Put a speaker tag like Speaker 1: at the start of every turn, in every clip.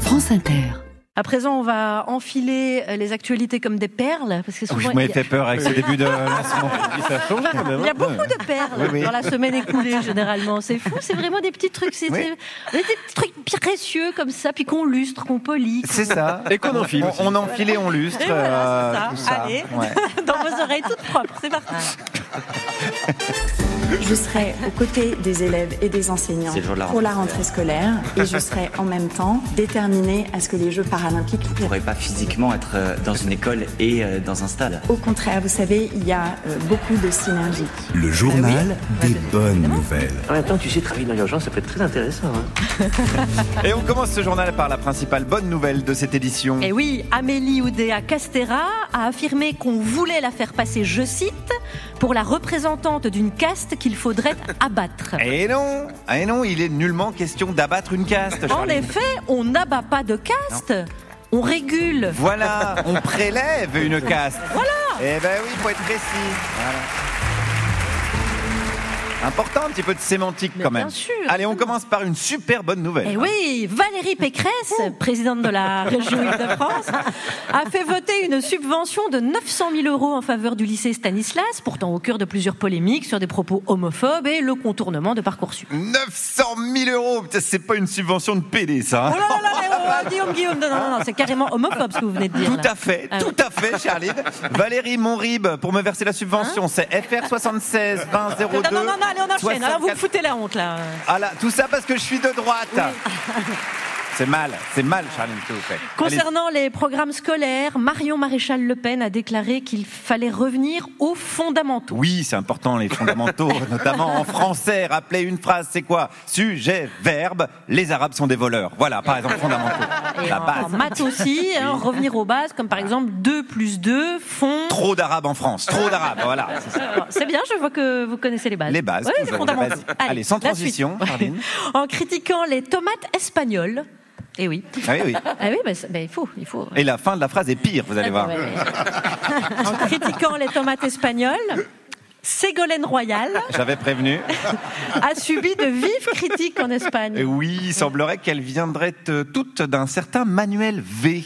Speaker 1: France Inter.
Speaker 2: À présent, on va enfiler euh, les actualités comme des perles, parce que
Speaker 3: Oh,
Speaker 2: souvent, il,
Speaker 3: je
Speaker 2: y a, Ah,
Speaker 3: m'avais fait peur avec ce début de lancement.
Speaker 2: il y a beaucoup de perles
Speaker 3: Oui, oui.
Speaker 2: dans la semaine écoulée, généralement. C'est fou, c'est vraiment des petits trucs, c'est
Speaker 3: Oui.
Speaker 2: c'est- des petits trucs précieux comme ça, puis qu'on lustre, qu'on polie.
Speaker 3: C'est ça.
Speaker 4: Et qu'on enfile
Speaker 3: On,
Speaker 4: aussi.
Speaker 3: on enfile et on lustre.
Speaker 2: Et voilà,
Speaker 3: euh,
Speaker 2: c'est
Speaker 3: tout
Speaker 2: ça.
Speaker 3: ça.
Speaker 2: Allez.
Speaker 3: Ouais.
Speaker 2: Dans vos oreilles toutes propres, c'est parti.
Speaker 5: Je serai aux côtés des élèves et des enseignants
Speaker 6: C'est le jour de la
Speaker 5: pour la rentrée scolaire et je serai en même temps déterminée à ce que les Jeux paralympiques
Speaker 6: ne pourrait pas physiquement être euh, dans une école et euh, dans un stade.
Speaker 5: Au contraire, vous savez, il y a euh, beaucoup de synergies.
Speaker 7: Le journal des bonnes nouvelles.
Speaker 8: En même temps, tu sais, travailler dans l'urgence, ça peut être très intéressant. hein.
Speaker 3: Et on commence ce journal par la principale bonne nouvelle de cette édition.
Speaker 2: Et oui, Amélie Oudéa Castera a affirmé qu'on voulait la faire passer, je cite, pour la représentante d'une caste qu'il faudrait abattre.
Speaker 3: Et Eh non, et non, il est nullement question d'abattre une caste.
Speaker 2: En
Speaker 3: Charline.
Speaker 2: effet, on n'abat pas de caste, on régule.
Speaker 3: Voilà, on prélève une caste. Voilà. Eh ben oui, faut être précis. Voilà. Important, un petit peu de sémantique
Speaker 2: Mais
Speaker 3: quand
Speaker 2: bien
Speaker 3: même.
Speaker 2: sûr.
Speaker 3: Allez, on commence par une super bonne nouvelle.
Speaker 2: Eh oui, Valérie Pécresse, présidente de la région Île-de-France, a fait voter une subvention de 900 000 euros en faveur du lycée Stanislas, pourtant au cœur de plusieurs polémiques sur des propos homophobes et le contournement de Parcoursup.
Speaker 3: 900 000 euros, Putain, c'est pas une subvention de PD, ça. hein.
Speaker 2: Oh là là là, mais oh, Guillaume, Guillaume, non, non, non, c'est carrément homophobe ce que vous venez de dire.
Speaker 3: Tout
Speaker 2: là.
Speaker 3: à fait,
Speaker 2: Ah
Speaker 3: tout à fait, Charline. Valérie Monrib, pour me verser la subvention, c'est FR 76 20 02.
Speaker 2: Hein Non, non, non, non, allez, on enchaîne. Alors, vous me
Speaker 3: 64.
Speaker 2: foutez la honte, là.
Speaker 3: Ah là, tout ça parce que je suis de droite. C'est mal, c'est mal, Charline, s'il vous plaît.
Speaker 2: Concernant les programmes scolaires, Marion Maréchal Le Pen a déclaré qu'il fallait revenir aux fondamentaux.
Speaker 3: Oui, c'est important, les fondamentaux, notamment en français. Rappeler une phrase, c'est quoi Sujet, verbe, les Arabes sont des voleurs. Voilà, par exemple, fondamentaux.
Speaker 2: Et
Speaker 3: La
Speaker 2: en- En
Speaker 3: base.
Speaker 2: maths aussi, hein, revenir aux bases, comme par exemple 2 plus 2 font...
Speaker 3: Trop d'Arabes en France, trop d'Arabes, voilà. c'est ça.
Speaker 2: Alors, C'est bien, je vois que vous connaissez les bases.
Speaker 3: Les bases,
Speaker 2: Oui,
Speaker 3: toujours, les
Speaker 2: fondamentaux.
Speaker 3: bases. Allez, sans
Speaker 2: la suite.
Speaker 3: transition, Charline.
Speaker 2: en critiquant les tomates espagnoles. Eh oui.
Speaker 3: Ah oui, oui.
Speaker 2: Ah oui, bah, c'est- bah, il faut, il faut.
Speaker 3: Et la fin de la phrase est pire, vous allez
Speaker 2: Ah
Speaker 3: voir.
Speaker 2: bon, ouais, ouais. en critiquant les tomates espagnoles, Ségolène Royal
Speaker 3: J'avais prévenu.
Speaker 2: a subi de vives critiques en
Speaker 3: Et
Speaker 2: Espagne.
Speaker 3: oui, il semblerait qu'elles viendraient euh, toutes d'un certain Manuel V.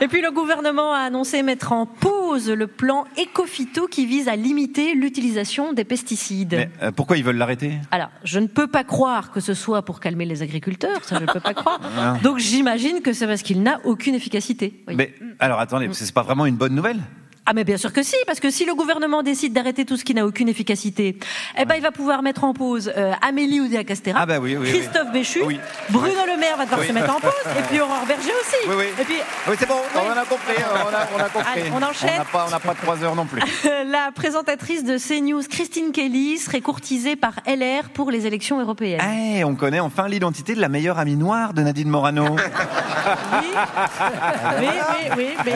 Speaker 2: Et puis le gouvernement a annoncé mettre en pause le plan Ecofito qui vise à limiter l'utilisation des pesticides.
Speaker 3: Mais euh, pourquoi ils veulent l'arrêter
Speaker 2: Alors, je ne peux pas croire que ce soit pour calmer les agriculteurs, ça je ne peux pas croire. Donc j'imagine que c'est parce qu'il n'a aucune efficacité. Oui.
Speaker 3: Ah.
Speaker 2: Mm.
Speaker 3: Mais alors attendez, parce que c'est pas vraiment une bonne nouvelle
Speaker 2: Ah mais bien sûr que si, parce que si le gouvernement décide d'arrêter tout ce qui n'a aucune efficacité, eh ben il va pouvoir mettre en pause euh, Amélie Oudéa-Castéra,
Speaker 3: Ah bah oui, oui, oui.
Speaker 2: Christophe Béchu,
Speaker 3: Oui.
Speaker 2: Bruno Le Maire va devoir
Speaker 3: Oui.
Speaker 2: se mettre en pause, et puis Aurore Berger aussi.
Speaker 3: Oui, oui.
Speaker 2: Et puis
Speaker 3: Oui, c'est bon, on en a compris, on a, on a compris.
Speaker 2: Allez, on enchaîne.
Speaker 3: On n'a pas, on n'a pas trois heures non plus.
Speaker 2: la présentatrice de CNews, Christine Kelly, serait courtisée par LR pour les élections européennes.
Speaker 3: Eh, on connaît enfin l'identité de la meilleure amie noire de Nadine Morano.
Speaker 2: Oui,
Speaker 3: Ah.
Speaker 2: oui, oui, oui, mais,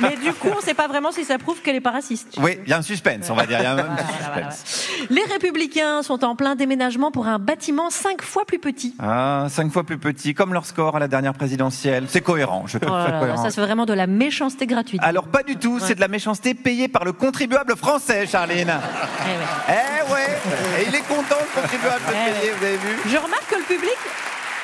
Speaker 2: mais du coup, on ne sait pas vraiment si ça prouve qu'elle n'est pas raciste.
Speaker 3: Oui, il y a un suspense, on va dire. Il y a un
Speaker 2: Ah,
Speaker 3: petit suspense.
Speaker 2: Les Républicains sont en plein déménagement pour un bâtiment cinq fois plus petit.
Speaker 3: Ah, cinq fois plus petit, comme leur score à la dernière présidentielle. C'est cohérent, je trouve
Speaker 2: Oh là
Speaker 3: ça
Speaker 2: là,
Speaker 3: cohérent.
Speaker 2: ça, c'est vraiment de la méchanceté gratuite.
Speaker 3: Alors pas du tout, c'est de la méchanceté payée par le contribuable français, Charline.
Speaker 2: Eh ouais.
Speaker 3: Eh ouais, et il est content le contribuable de
Speaker 2: Eh
Speaker 3: payer, vous avez vu
Speaker 2: Je remarque que le public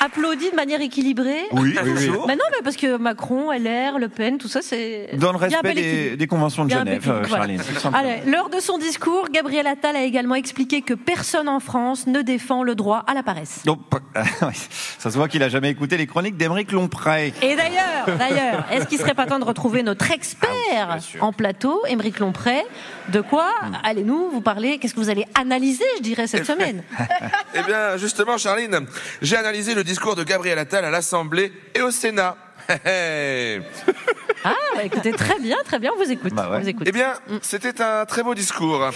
Speaker 2: applaudit de manière équilibrée.
Speaker 3: Oui, toujours.
Speaker 2: Mais non, mais parce que Macron, LR, Le Pen, tout ça, c'est.
Speaker 3: Dans le
Speaker 2: Il y a un
Speaker 3: respect
Speaker 2: bel
Speaker 3: des,
Speaker 2: équilibre.
Speaker 3: des conventions de
Speaker 2: Il y a un
Speaker 3: Genève,
Speaker 2: petit-
Speaker 3: euh,
Speaker 2: voilà.
Speaker 3: Charline. tout simplement.
Speaker 2: Allez, lors de son discours, Gabriel Attal a également expliqué que personne en France ne défend le droit à la paresse.
Speaker 3: Donc, Ah ça se voit qu'il a jamais écouté les chroniques d'Émeric Lomprey.
Speaker 2: Et d'ailleurs, d'ailleurs, est-ce qu'il serait pas temps de retrouver
Speaker 3: Ah
Speaker 2: notre expert en plateau, Émeric Lompré De quoi
Speaker 3: Hmm.
Speaker 2: allez-nous vous parler Qu'est-ce que vous allez analyser, je dirais, cette
Speaker 3: ben.
Speaker 2: semaine
Speaker 9: Eh bien, justement, Charline, j'ai analysé le discours de Gabriel Attal à l'Assemblée et au Sénat. Eh
Speaker 2: Ah, bah, écoutez, très bien, très bien, on vous écoute.
Speaker 3: Bah ouais.
Speaker 2: on vous écoute. Mm.
Speaker 9: bien, c'était un très beau discours hein,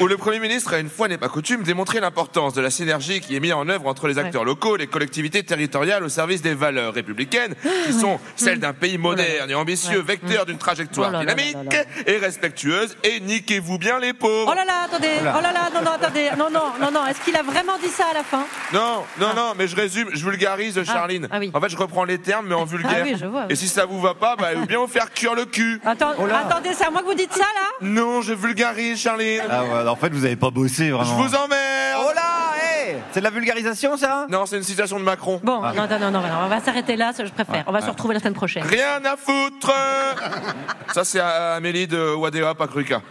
Speaker 9: où le Premier ministre, à une fois n'est pas coutume, démontrait l'importance de la synergie qui est mise en œuvre entre les acteurs locaux, les collectivités territoriales au service des valeurs républicaines
Speaker 2: Ah,
Speaker 9: qui
Speaker 2: Mm.
Speaker 9: sont celles d'un pays moderne et ambitieux,
Speaker 2: Oh Ouais.
Speaker 9: vecteur d'une trajectoire
Speaker 2: Oh là là là
Speaker 9: dynamique
Speaker 2: là
Speaker 9: et respectueuse et niquez-vous bien les pauvres.
Speaker 2: Oh là là, attendez, oh là là, non, non, attendez, non, non, non, non, est-ce qu'il a vraiment dit ça à la fin
Speaker 9: Non, non, non, mais je résume, je vulgarise, Charline.
Speaker 2: ah oui. Ah
Speaker 9: En fait, je reprends les termes, mais en vulgaire.
Speaker 2: oui, Ah. je vois.
Speaker 9: Et si ça vous va pas, bah, ou bien vous faire cuire le cul.
Speaker 2: Attends,
Speaker 3: Oh
Speaker 2: Attendez, c'est à moi que vous dites ça, là
Speaker 9: Non, je vulgarise, Charline.
Speaker 3: Ah ouais, en fait, vous avez pas bossé
Speaker 9: Je
Speaker 3: Ah, vraiment.
Speaker 9: vous emmerde.
Speaker 3: Oh là, hey C'est de la vulgarisation, ça
Speaker 9: Non, c'est une citation de Macron.
Speaker 2: Bon,
Speaker 3: Ah.
Speaker 2: non, non, non, non, voilà, on va s'arrêter là, ça, je préfère. on va se retrouver la semaine prochaine.
Speaker 9: Rien à foutre Ça, c'est à Amélie de Wadea Pakruka.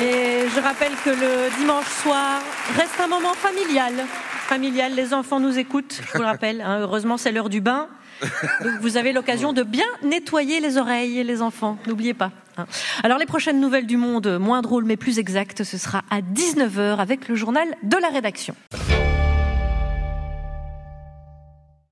Speaker 2: Et je rappelle que le dimanche soir reste un moment familial. Familial, les enfants nous écoutent, je vous le rappelle. hein. heureusement, c'est l'heure du bain. Donc vous avez l'occasion de bien nettoyer les oreilles, les enfants. N'oubliez pas. hein. Alors, les prochaines nouvelles du monde, moins drôles mais plus exactes, ce sera à 19h avec le journal de la rédaction.